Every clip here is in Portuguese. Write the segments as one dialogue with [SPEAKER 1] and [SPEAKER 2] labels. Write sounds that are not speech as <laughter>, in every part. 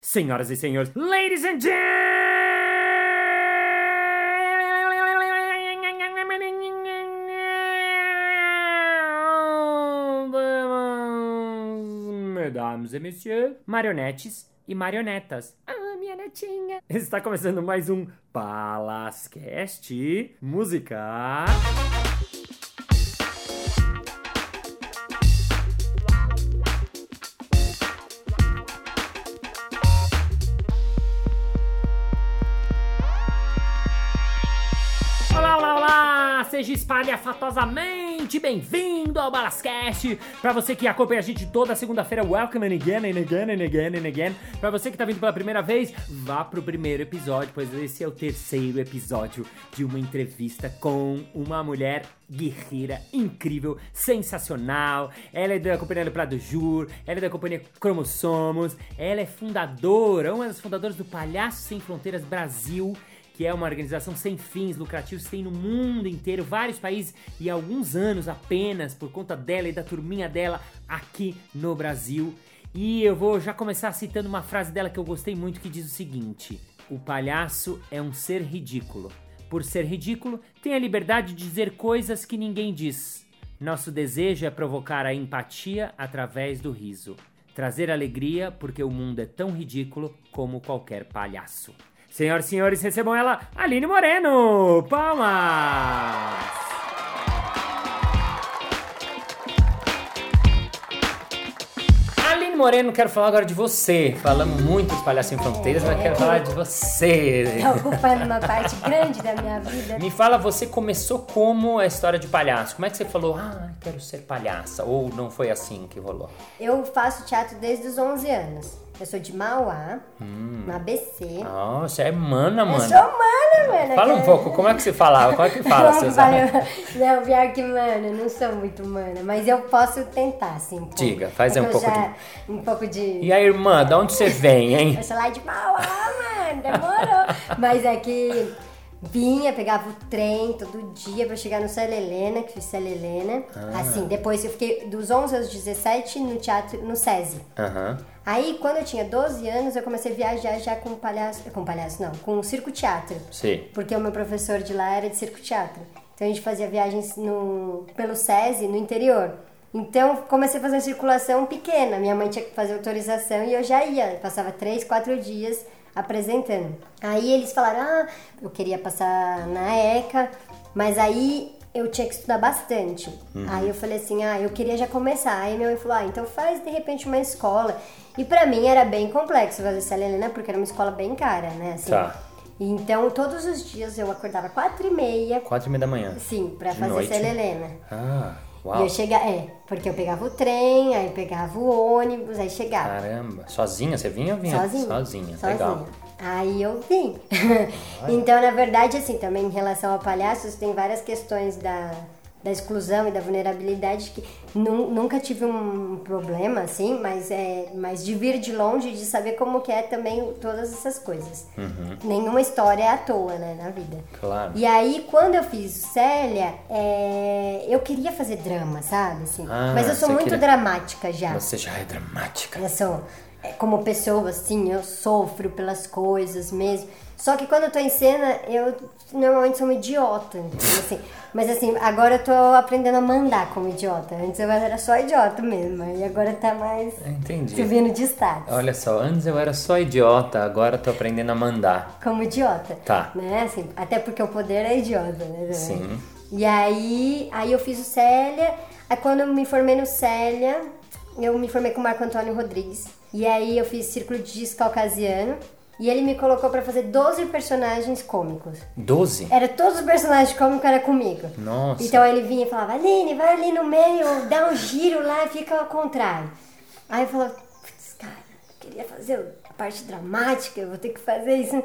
[SPEAKER 1] senhoras e senhores, ladies and gentlemen, mesdames et messieurs, marionetes e marionetas. Ah, minha netinha. Está começando mais um Palascast Música. Olá, olá, olá! Seja espalhafatosamente bem-vindo ao Balascast! Pra você que acompanha a gente toda segunda-feira, welcome and again and again and again and again. Pra você que tá vindo pela primeira vez, vá pro primeiro episódio, pois esse é o terceiro episódio de uma entrevista com uma mulher guerreira, incrível, sensacional. Ela é da Companhia do Prado Jur, ela é da Companhia Cromossomos, ela é fundadora, uma das fundadoras do Palhaço Sem Fronteiras Brasil que é uma organização sem fins lucrativos, tem no mundo inteiro, vários países e alguns anos apenas por conta dela e da turminha dela aqui no Brasil. E eu vou já começar citando uma frase dela que eu gostei muito que diz o seguinte: O palhaço é um ser ridículo. Por ser ridículo, tem a liberdade de dizer coisas que ninguém diz. Nosso desejo é provocar a empatia através do riso. Trazer alegria, porque o mundo é tão ridículo como qualquer palhaço. Senhoras e senhores, recebam ela, Aline Moreno! Palmas! Aline Moreno, quero falar agora de você. Falamos muito dos Palhaços Sem Fronteiras, mas quero falar de você.
[SPEAKER 2] Tá ocupando uma parte grande da minha vida.
[SPEAKER 1] Me fala, você começou como a história de palhaço? Como é que você falou, ah, quero ser palhaça? Ou não foi assim que rolou?
[SPEAKER 2] Eu faço teatro desde os 11 anos. Eu sou de Mauá,
[SPEAKER 1] Hum.
[SPEAKER 2] no ABC.
[SPEAKER 1] Ah, você é mana,
[SPEAKER 2] Eu
[SPEAKER 1] mano.
[SPEAKER 2] sou humana, mano.
[SPEAKER 1] Fala um
[SPEAKER 2] cara.
[SPEAKER 1] pouco, como é que você falava? Como é que fala,
[SPEAKER 2] <laughs> Não,
[SPEAKER 1] seus
[SPEAKER 2] vai-
[SPEAKER 1] amigos?
[SPEAKER 2] <laughs> Não, pior que, mano, eu não sou muito humana, mas eu posso tentar, assim. um pouco.
[SPEAKER 1] Diga, faz aí um
[SPEAKER 2] Porque eu
[SPEAKER 1] pouco
[SPEAKER 2] já- Um pouco de.
[SPEAKER 1] E a irmã, de onde você vem, hein?
[SPEAKER 2] Eu sou lá de Mauá, mano, demorou. Mas é que vinha, pegava o trem todo dia pra chegar no Célia Helena, que fiz Célia Helena. Assim, depois eu fiquei dos 11 aos 17 no teatro, no SESI.
[SPEAKER 1] Aham.
[SPEAKER 2] Aí, quando eu tinha 12 anos, eu comecei a viajar já com palhaço, com palhaço não, com circo teatro.
[SPEAKER 1] Sim.
[SPEAKER 2] Porque o meu professor de lá era de circo teatro. Então a gente fazia viagens no, pelo SESI, no interior. Então comecei a fazer uma circulação pequena. Minha mãe tinha que fazer autorização e eu já ia. Passava três, quatro dias apresentando. Aí eles falaram: ah, eu queria passar na ECA, mas aí eu tinha que estudar bastante. Aí eu falei assim: ah, eu queria já começar. Aí minha mãe falou: ah, então faz de repente uma escola. E pra mim era bem complexo fazer Célia Helena, porque era uma escola bem cara, né? Assim,
[SPEAKER 1] Tá.
[SPEAKER 2] então, todos os dias eu acordava quatro e meia,
[SPEAKER 1] Quatro e meia da manhã.
[SPEAKER 2] sim, pra
[SPEAKER 1] De
[SPEAKER 2] fazer
[SPEAKER 1] noite?
[SPEAKER 2] Célia Helena.
[SPEAKER 1] Ah,
[SPEAKER 2] E
[SPEAKER 1] uau.
[SPEAKER 2] eu chegava, é, porque eu pegava o trem, aí pegava o ônibus, aí chegava.
[SPEAKER 1] Caramba. Sozinha? Você vinha ou vinha?
[SPEAKER 2] Sozinha.
[SPEAKER 1] Ah, Sozinha. Legal.
[SPEAKER 2] Aí eu vim. <laughs> então, na verdade, assim, também em relação a palhaços, tem várias questões da, da exclusão e da vulnerabilidade que nu- nunca tive um problema, assim, mas, é, mas de vir de longe, de saber como que é também todas essas coisas.
[SPEAKER 1] Uhum.
[SPEAKER 2] Nenhuma história é à toa, né, na vida.
[SPEAKER 1] Claro.
[SPEAKER 2] E aí, quando eu fiz o Célia, é, eu queria fazer drama, sabe? Assim,
[SPEAKER 1] Ah,
[SPEAKER 2] mas eu sou
[SPEAKER 1] você
[SPEAKER 2] muito
[SPEAKER 1] queria-
[SPEAKER 2] dramática já.
[SPEAKER 1] Você já é dramática.
[SPEAKER 2] Eu sou, é, como pessoa, assim, eu sofro pelas coisas mesmo. Só que quando eu tô em cena, eu normalmente sou uma idiota, então, assim. Mas assim, agora eu tô aprendendo a mandar como idiota. Antes eu era só idiota mesmo, e agora tá mais
[SPEAKER 1] Entendi.
[SPEAKER 2] subindo de status.
[SPEAKER 1] Olha só, antes eu era só idiota, agora eu tô aprendendo a mandar.
[SPEAKER 2] como idiota.
[SPEAKER 1] Tá.
[SPEAKER 2] Né? Assim, até porque o poder é idiota, né?
[SPEAKER 1] Sim.
[SPEAKER 2] E aí, aí eu fiz o Célia. Aí quando eu me formei no Célia, eu me formei com o Marco Antônio Rodrigues. E aí eu fiz Círculo de Giz Caucasiano. E ele me colocou pra fazer 12 personagens cômicos.
[SPEAKER 1] Doze?
[SPEAKER 2] Era todos os personagens cômicos era comigo.
[SPEAKER 1] Nossa.
[SPEAKER 2] Então ele vinha e falava, Aline, vai ali no meio, dá um giro lá e fica ao contrário. Aí eu falava, putz, cara, eu queria fazer a parte dramática, eu vou ter que fazer isso.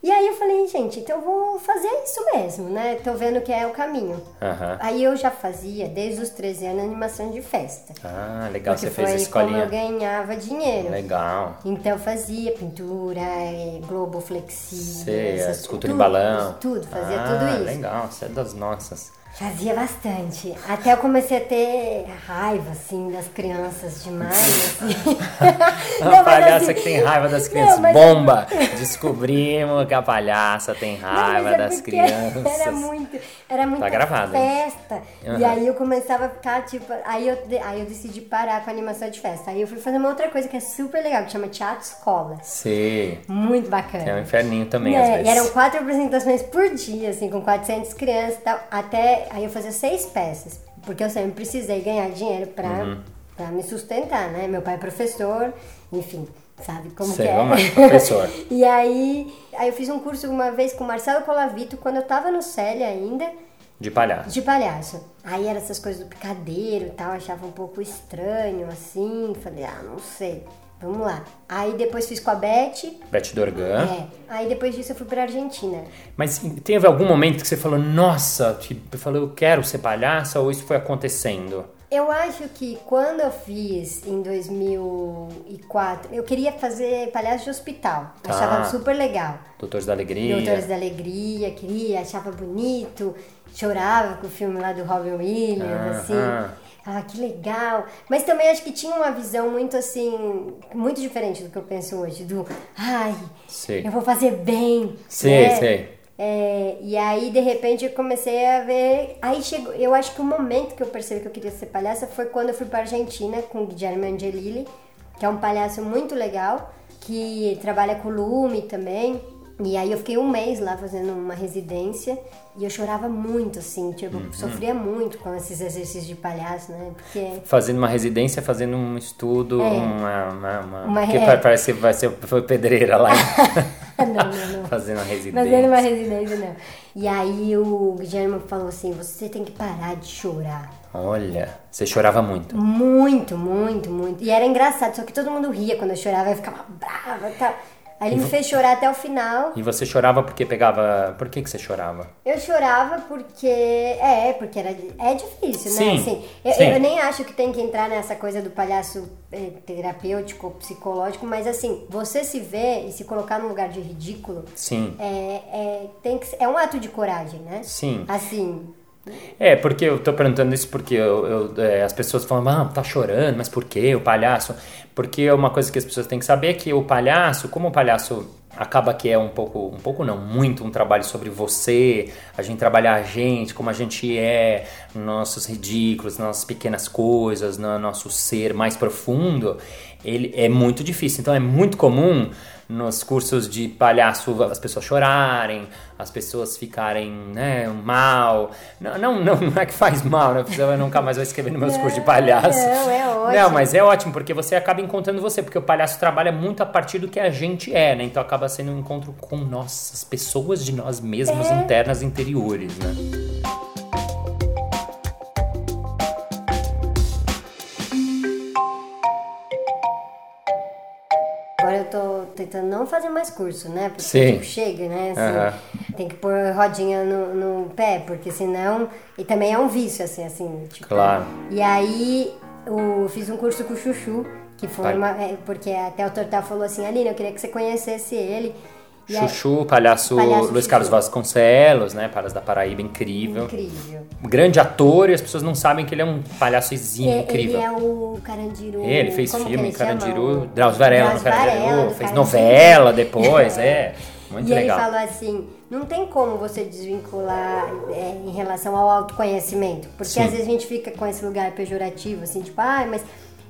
[SPEAKER 2] E aí eu falei, gente, então eu vou fazer isso mesmo, né? Tô vendo que é o caminho.
[SPEAKER 1] Aham.
[SPEAKER 2] Aí eu já fazia, desde os 13 anos, animação de festa.
[SPEAKER 1] Ah, legal,
[SPEAKER 2] que
[SPEAKER 1] você
[SPEAKER 2] foi
[SPEAKER 1] fez a
[SPEAKER 2] como eu
[SPEAKER 1] escolinha. Né?
[SPEAKER 2] ganhava dinheiro.
[SPEAKER 1] Legal.
[SPEAKER 2] Então eu fazia pintura, eh, globo flexível,
[SPEAKER 1] Você, é
[SPEAKER 2] essas-
[SPEAKER 1] escultura em
[SPEAKER 2] tudo,
[SPEAKER 1] balão.
[SPEAKER 2] Tudo, fazia
[SPEAKER 1] Ah,
[SPEAKER 2] tudo isso. <laughs>
[SPEAKER 1] legal, você é das nossas.
[SPEAKER 2] Fazia bastante. Até eu comecei a ter raiva, assim, das crianças demais. Assim.
[SPEAKER 1] <laughs> É Uma
[SPEAKER 2] mas
[SPEAKER 1] palhaça
[SPEAKER 2] assim-
[SPEAKER 1] que tem raiva das
[SPEAKER 2] <laughs> Não,
[SPEAKER 1] crianças.
[SPEAKER 2] mas-
[SPEAKER 1] Bomba! Descobrimos que a palhaça tem
[SPEAKER 2] Não, mas
[SPEAKER 1] raiva
[SPEAKER 2] é
[SPEAKER 1] das
[SPEAKER 2] porque
[SPEAKER 1] crianças. Tá
[SPEAKER 2] Era muito, era muita
[SPEAKER 1] gravado, hein?
[SPEAKER 2] festa. E
[SPEAKER 1] Aham.
[SPEAKER 2] aí eu começava a ficar, tipo, aí eu, de- aí eu decidi parar com a animação de festa. Aí eu fui fazer uma outra coisa que é super legal, que chama teatro escola.
[SPEAKER 1] Sei.
[SPEAKER 2] Muito bacana.
[SPEAKER 1] É um inferninho também,
[SPEAKER 2] Né,
[SPEAKER 1] às vezes.
[SPEAKER 2] E eram quatro apresentações por dia, assim, com 400 crianças e tal. Até aí eu fazia seis peças, porque eu sempre precisei ganhar dinheiro pra,
[SPEAKER 1] Uhum.
[SPEAKER 2] pra me sustentar, né? Meu pai é professor, enfim, sabe como
[SPEAKER 1] Sei,
[SPEAKER 2] que é.
[SPEAKER 1] vamos
[SPEAKER 2] <laughs>
[SPEAKER 1] lá, professor.
[SPEAKER 2] e aí, aí eu fiz um curso uma vez com o Marcelo Colavito, quando eu tava no CELE ainda,
[SPEAKER 1] De palhaço.
[SPEAKER 2] de palhaço. Aí era essas coisas do picadeiro e tal, achava um pouco estranho, assim. Falei, ah, não sei, vamos lá. Aí depois fiz com a Beth,
[SPEAKER 1] Beth Dorgan.
[SPEAKER 2] é. Aí depois disso eu fui pra Argentina.
[SPEAKER 1] Mas teve algum momento que você falou, nossa, tipo, eu falei, eu quero ser palhaça, ou isso foi acontecendo?
[SPEAKER 2] Eu acho que quando eu fiz em 2004, eu queria fazer palhaço de hospital.
[SPEAKER 1] Tá. é.
[SPEAKER 2] Achava super legal.
[SPEAKER 1] Doutores da Alegria.
[SPEAKER 2] Doutores da Alegria, queria, achava bonito, chorava com o filme lá do Robin Williams,
[SPEAKER 1] Aham.
[SPEAKER 2] assim. Ah, que legal. Mas também acho que tinha uma visão muito assim, muito diferente do que eu penso hoje, do ai,
[SPEAKER 1] Sei.
[SPEAKER 2] eu vou fazer bem.
[SPEAKER 1] Sei,
[SPEAKER 2] né?
[SPEAKER 1] sei.
[SPEAKER 2] É, e aí, de repente, eu comecei a ver. Aí chegou. Eu acho que o momento que eu percebi que eu queria ser palhaça foi quando eu fui pra Argentina com o Guilherme Angelilli, que é um palhaço muito legal, que trabalha com lume também. E aí eu fiquei um mês lá fazendo uma residência e eu chorava muito, assim, tipo, sofria muito com esses exercícios de palhaço, né? Porque <laughs>
[SPEAKER 1] Fazendo uma residência, fazendo um estudo, uma... uma, uma...
[SPEAKER 2] É. Uma-
[SPEAKER 1] Porque
[SPEAKER 2] é.
[SPEAKER 1] pa- parece que vai ser, foi pedreira lá. né?
[SPEAKER 2] <laughs> não, não, não.
[SPEAKER 1] fazendo uma residência.
[SPEAKER 2] Fazendo uma residência, não. E aí o Guilherme falou assim, você tem que parar de chorar.
[SPEAKER 1] Olha, você chorava muito.
[SPEAKER 2] Muito, muito, muito. E era engraçado, só que todo mundo ria quando eu chorava, eu ficava brava e tal. Aí ele me fez chorar até o final.
[SPEAKER 1] E você chorava porque pegava... Por que que você chorava?
[SPEAKER 2] Eu chorava porque. É, porque era, é difícil, né?
[SPEAKER 1] Sim,
[SPEAKER 2] Assim, eu,
[SPEAKER 1] sim.
[SPEAKER 2] eu nem acho que tem que entrar nessa coisa do palhaço eh, terapêutico ou psicológico, mas assim, você se ver e se colocar num lugar de ridículo
[SPEAKER 1] Sim.
[SPEAKER 2] é, é, tem que, ser- é um ato de coragem, né?
[SPEAKER 1] Sim.
[SPEAKER 2] Assim,
[SPEAKER 1] É, porque eu tô perguntando isso porque eu- eu, é, as pessoas falam, ah, tá chorando, mas por quê o palhaço? Porque é uma coisa que as pessoas têm que saber é que o palhaço, como o palhaço acaba que é um pouco, um pouco não, muito um trabalho sobre você, a gente trabalhar a gente, como a gente é, nossos ridículos, nossas pequenas coisas, no- nosso ser mais profundo, ele é muito difícil. Então é muito comum nos cursos de palhaço as pessoas chorarem, as pessoas ficarem né, mal. Não, não, não, não é que faz mal, né? Você nunca mais vai escrever nos meus cursos de palhaço.
[SPEAKER 2] não, é ótimo.
[SPEAKER 1] Não, mas é ótimo, porque você acaba encontrando você, porque o palhaço trabalha muito a partir do que a gente é, né? Então acaba sendo um encontro com nós, as pessoas de nós
[SPEAKER 2] É.
[SPEAKER 1] mesmos, internas, interiores, né?
[SPEAKER 2] Agora eu tô tentando não fazer mais curso, né? Porque
[SPEAKER 1] Sim.
[SPEAKER 2] tipo, chega, né? Assim, Tem que pôr rodinha no, no pé, porque senão. E também é um vício, assim, assim. Tipo,
[SPEAKER 1] Claro.
[SPEAKER 2] E aí eu fiz um curso com o Chuchu, que foi
[SPEAKER 1] Vai.
[SPEAKER 2] uma. é, Porque até o Tortal falou assim, Aline, eu queria que você conhecesse ele. E aí-
[SPEAKER 1] Chuchu, palhaço,
[SPEAKER 2] Palhaço
[SPEAKER 1] Luiz
[SPEAKER 2] Chuchu.
[SPEAKER 1] Carlos Vasconcelos, né? Palhaço da Paraíba, incrível.
[SPEAKER 2] incrível.
[SPEAKER 1] Grande ator e as pessoas não sabem que ele é um palhaço exímio,
[SPEAKER 2] É,
[SPEAKER 1] incrível.
[SPEAKER 2] Ele é o Carandiru.
[SPEAKER 1] Ele fez
[SPEAKER 2] como que
[SPEAKER 1] filme em
[SPEAKER 2] ele chama?
[SPEAKER 1] Carandiru,
[SPEAKER 2] O-
[SPEAKER 1] Drauzio Varela no
[SPEAKER 2] Drauzio Varela,
[SPEAKER 1] Carandiru,
[SPEAKER 2] do
[SPEAKER 1] fez
[SPEAKER 2] Carandiru.
[SPEAKER 1] novela depois,
[SPEAKER 2] <laughs>
[SPEAKER 1] é. Muito
[SPEAKER 2] e
[SPEAKER 1] legal.
[SPEAKER 2] ele falou assim, não tem como você desvincular é, em relação ao autoconhecimento, porque
[SPEAKER 1] Sim.
[SPEAKER 2] às vezes a gente fica com esse lugar pejorativo, assim, tipo, ai, mas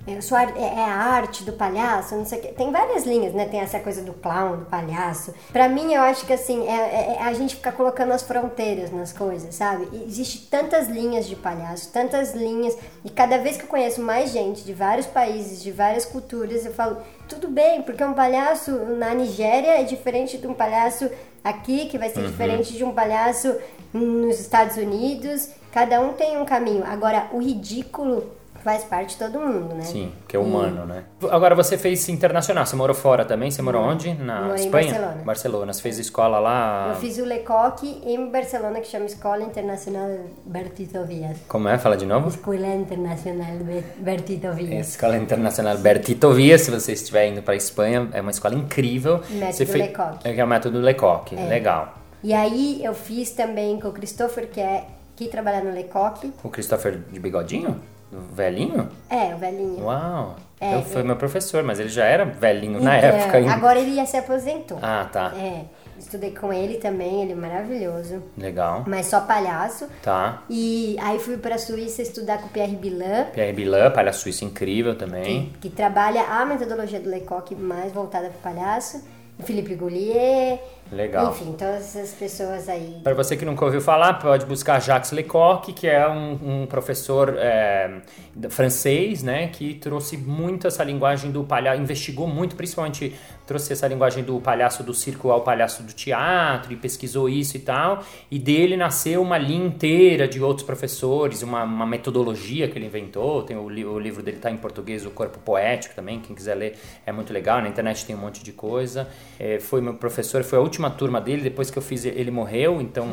[SPEAKER 2] eu sou ar- é, é a arte do palhaço, não sei o quê. Tem várias linhas, né? Tem essa coisa do clown, do palhaço. Pra mim, eu acho que assim, é, é- é a gente ficar colocando as fronteiras nas coisas, sabe? E existe tantas linhas de palhaço, tantas linhas, e cada vez que eu conheço mais gente de vários países, de várias culturas, eu falo, tudo bem, porque um palhaço na Nigéria é diferente de um palhaço aqui, que vai ser
[SPEAKER 1] Uhum.
[SPEAKER 2] diferente de um palhaço nos Estados Unidos. Cada um tem um caminho. Agora, o ridículo faz parte de todo mundo, né?
[SPEAKER 1] Sim, que é humano, né? Agora você fez internacional, você morou fora também? Você morou onde? Na
[SPEAKER 2] Morei em
[SPEAKER 1] Espanha?
[SPEAKER 2] Barcelona.
[SPEAKER 1] Barcelona. Você fez escola lá.
[SPEAKER 2] Eu fiz o Lecoque em Barcelona, que chama Escola Internacional Bertito Dias.
[SPEAKER 1] Como é? Fala de novo?
[SPEAKER 2] Escola Internacional Be- Bertito Dias.
[SPEAKER 1] Escola Internacional Bertito Via, se você estiver indo para Espanha, é uma escola incrível.
[SPEAKER 2] Método
[SPEAKER 1] Você fez-
[SPEAKER 2] Lecoq.
[SPEAKER 1] É que é o método Lecoq, legal.
[SPEAKER 2] E aí eu fiz também com o Christopher, que é que trabalhar no Lecoque.
[SPEAKER 1] O Christopher de bigodinho? Do velhinho?
[SPEAKER 2] É, o velhinho.
[SPEAKER 1] Uau!
[SPEAKER 2] É,
[SPEAKER 1] então foi
[SPEAKER 2] ele-
[SPEAKER 1] meu professor, mas ele já era velhinho na
[SPEAKER 2] Então,
[SPEAKER 1] época ainda.
[SPEAKER 2] Agora ele já se aposentou.
[SPEAKER 1] Ah, tá.
[SPEAKER 2] É, estudei com ele também, ele é maravilhoso.
[SPEAKER 1] Legal.
[SPEAKER 2] Mas só palhaço.
[SPEAKER 1] Tá.
[SPEAKER 2] E aí fui pra Suíça estudar com o Pierre Bilan,
[SPEAKER 1] Pierre Bilan, palhaço suíço incrível também.
[SPEAKER 2] que trabalha a metodologia do Lecoque mais voltada pro palhaço. O Felipe Goulier.
[SPEAKER 1] Legal.
[SPEAKER 2] Enfim, todas essas pessoas aí.
[SPEAKER 1] Para você que nunca ouviu falar, pode buscar Jacques Lecoq, que é um, um professor é, da- francês, né, que trouxe muito essa linguagem do palhaço, investigou muito, principalmente trouxe essa linguagem do palhaço do circo ao palhaço do teatro e pesquisou isso e tal. E dele nasceu uma linha inteira de outros professores, uma, uma metodologia que ele inventou. Tem o, li- o livro dele tá em português, O Corpo Poético também, quem quiser ler é muito legal. Na internet tem um monte de coisa. É, foi meu professor, foi a última turma dele, depois que eu fiz ele morreu, então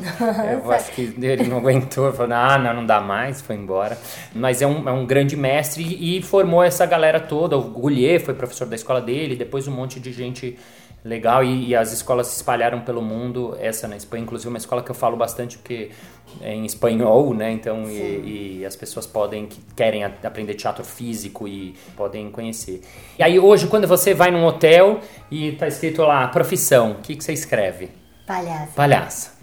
[SPEAKER 1] eu acho que ele não <laughs> aguentou, falou, ah, não, não dá mais, foi embora. Mas é um, é um grande mestre e formou essa galera toda. O Goulier foi professor da escola dele, depois um monte de gente legal e, e as escolas se espalharam pelo mundo. Essa na Espanha, inclusive, uma escola que eu falo bastante porque é em espanhol, né? Então, e, e as pessoas podem, que querem a- aprender teatro físico e podem conhecer. E aí, hoje, quando você vai num hotel e tá escrito lá profissão, o que, que você escreve?
[SPEAKER 2] Palhaça,
[SPEAKER 1] Palhaça.
[SPEAKER 2] palhaça.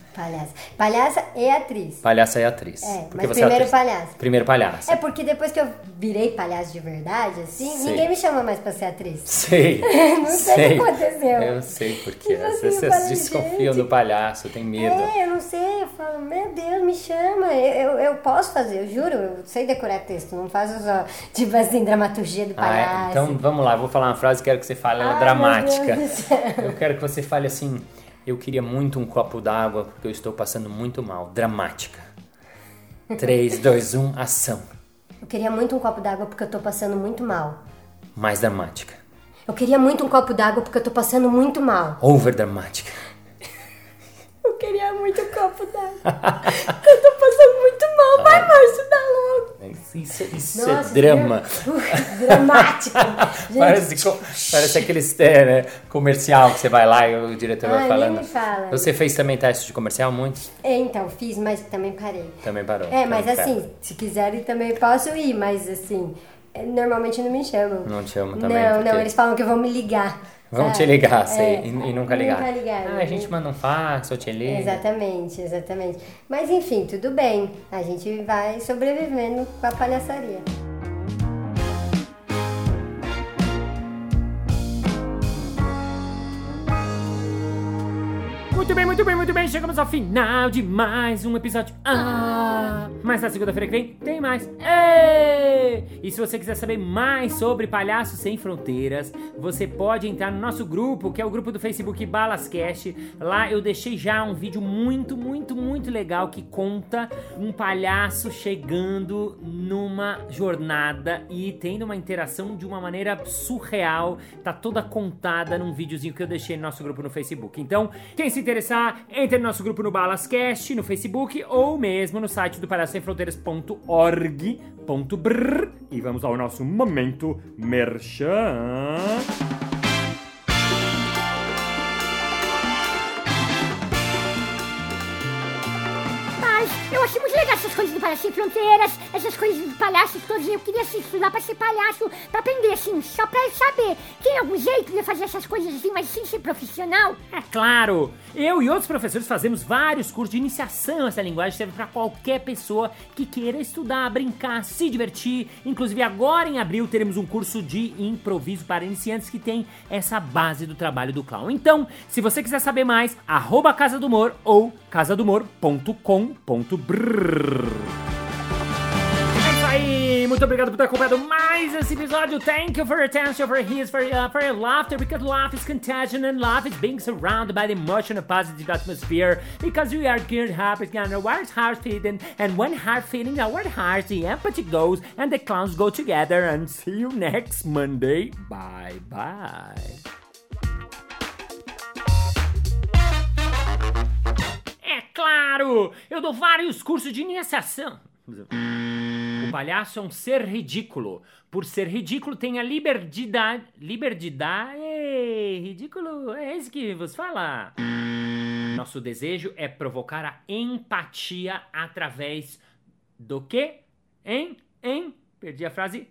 [SPEAKER 2] Palhaça e atriz.
[SPEAKER 1] Palhaça é atriz.
[SPEAKER 2] É,
[SPEAKER 1] Porque
[SPEAKER 2] mas
[SPEAKER 1] você
[SPEAKER 2] primeiro
[SPEAKER 1] atriz.
[SPEAKER 2] palhaça.
[SPEAKER 1] Primeiro palhaça.
[SPEAKER 2] É porque depois que eu virei palhaço de verdade, assim,
[SPEAKER 1] Sei.
[SPEAKER 2] ninguém me chama mais pra ser atriz. <laughs>
[SPEAKER 1] Sei.
[SPEAKER 2] É, Não sei o que aconteceu. Tipo
[SPEAKER 1] Eu sei porque.
[SPEAKER 2] Eu
[SPEAKER 1] Às
[SPEAKER 2] sei,
[SPEAKER 1] vezes
[SPEAKER 2] eu
[SPEAKER 1] vocês
[SPEAKER 2] falei,
[SPEAKER 1] desconfiam
[SPEAKER 2] gente.
[SPEAKER 1] do palhaço, tem medo.
[SPEAKER 2] É, eu não sei, eu falo, meu Deus, me chama, eu, eu, eu posso fazer, eu juro, eu sei decorar texto, não faço só, tipo assim, dramaturgia do
[SPEAKER 1] Ah, é?
[SPEAKER 2] palhaço.
[SPEAKER 1] Então vamos lá, eu vou falar uma frase, quero que você fale ela
[SPEAKER 2] Ai,
[SPEAKER 1] dramática.
[SPEAKER 2] Ah, meu Deus do céu.
[SPEAKER 1] Eu quero que você fale assim: eu queria muito um copo d'água porque eu estou passando muito mal. Dramática. 3, 2, 1, ação.
[SPEAKER 2] Eu queria muito um copo d'água porque eu tô passando muito mal.
[SPEAKER 1] Mais dramática.
[SPEAKER 2] Eu queria muito um copo d'água porque eu tô passando muito mal.
[SPEAKER 1] Over dramática.
[SPEAKER 2] Eu queria muito um copo d'água. <laughs> eu tô passando muito mal, vai, Márcio, dá logo.
[SPEAKER 1] Isso, isso
[SPEAKER 2] Nossa,
[SPEAKER 1] é drama. <laughs>
[SPEAKER 2] seria- dramático. Gente,
[SPEAKER 1] Parece, co- parece aqueles é, né, comercial que você vai lá e o diretor
[SPEAKER 2] Ai,
[SPEAKER 1] vai
[SPEAKER 2] Ah, nem
[SPEAKER 1] falando.
[SPEAKER 2] me fala.
[SPEAKER 1] Você fez também teste de comercial muito?
[SPEAKER 2] é, então, fiz, mas também parei.
[SPEAKER 1] Também parou.
[SPEAKER 2] É, mas
[SPEAKER 1] Também parou.
[SPEAKER 2] assim, se quiserem também posso ir, mas assim, é, normalmente não me chamam.
[SPEAKER 1] Não te chamam também,
[SPEAKER 2] Não,
[SPEAKER 1] porque-
[SPEAKER 2] não, eles falam que vão me ligar.
[SPEAKER 1] Vão
[SPEAKER 2] sabe?
[SPEAKER 1] te ligar, sei,
[SPEAKER 2] É,
[SPEAKER 1] e, e nunca ligar.
[SPEAKER 2] Nunca né? ligaram,
[SPEAKER 1] Ah, a gente manda um fax, eu te ligo.
[SPEAKER 2] Exatamente, exatamente. Mas enfim, tudo bem. A gente vai sobrevivendo com a palhaçaria.
[SPEAKER 3] Muito bem, muito bem, muito bem. Chegamos ao final de mais um episódio. Ah, mas na segunda-feira que vem tem mais. Ê! E se você quiser saber mais sobre Palhaços Sem Fronteiras, você pode entrar no nosso grupo, que é o grupo do Facebook Balascast. Lá eu deixei já um vídeo muito, muito, muito legal que conta um palhaço chegando numa jornada e tendo uma interação de uma maneira surreal. Tá toda contada num videozinho que eu deixei no nosso grupo no Facebook. Então, quem se interessar, entre no nosso grupo no Balascast, no Facebook ou mesmo no site do palhaçosemfronteiras.org.br. E vamos ao nosso momento merchan.
[SPEAKER 4] Mas eu achei muito legal essas coisas do Palhaço Sem Fronteiras, essas coisas de palhaços todos. Eu queria assim, estudar pra ser palhaço, pra aprender, assim, só pra eu saber. Tem algum jeito de eu fazer essas coisas assim, mas sem ser profissional? Ah,
[SPEAKER 3] É claro! Eu e outros professores fazemos vários cursos de iniciação a essa linguagem, serve para qualquer pessoa que queira estudar, brincar, se divertir. Inclusive, agora em abril teremos um curso de improviso para iniciantes que tem essa base do trabalho do clown. Então, se você quiser saber mais, arroba Casa do Humor ou casadumor.com.br é isso aí! Muito obrigado por ter acompanhado mais esse episódio. Thank you for your attention, for your ears, for your, for your laughter, because laugh is contagion and laugh is being surrounded by the emotion of positive atmosphere. Because we are geared happy, and our heart feeding, and when heart feeding our hearts, the empathy goes and the clowns go together. And see you next Monday. Bye bye. É claro! Eu dou vários cursos de iniciação. O palhaço é um ser ridículo. Por ser ridículo, tem a liberdade. Liberdade. Ei, ridículo é esse que vos fala. Nosso desejo é provocar a empatia através do quê? Hein? Hein? Perdi a frase.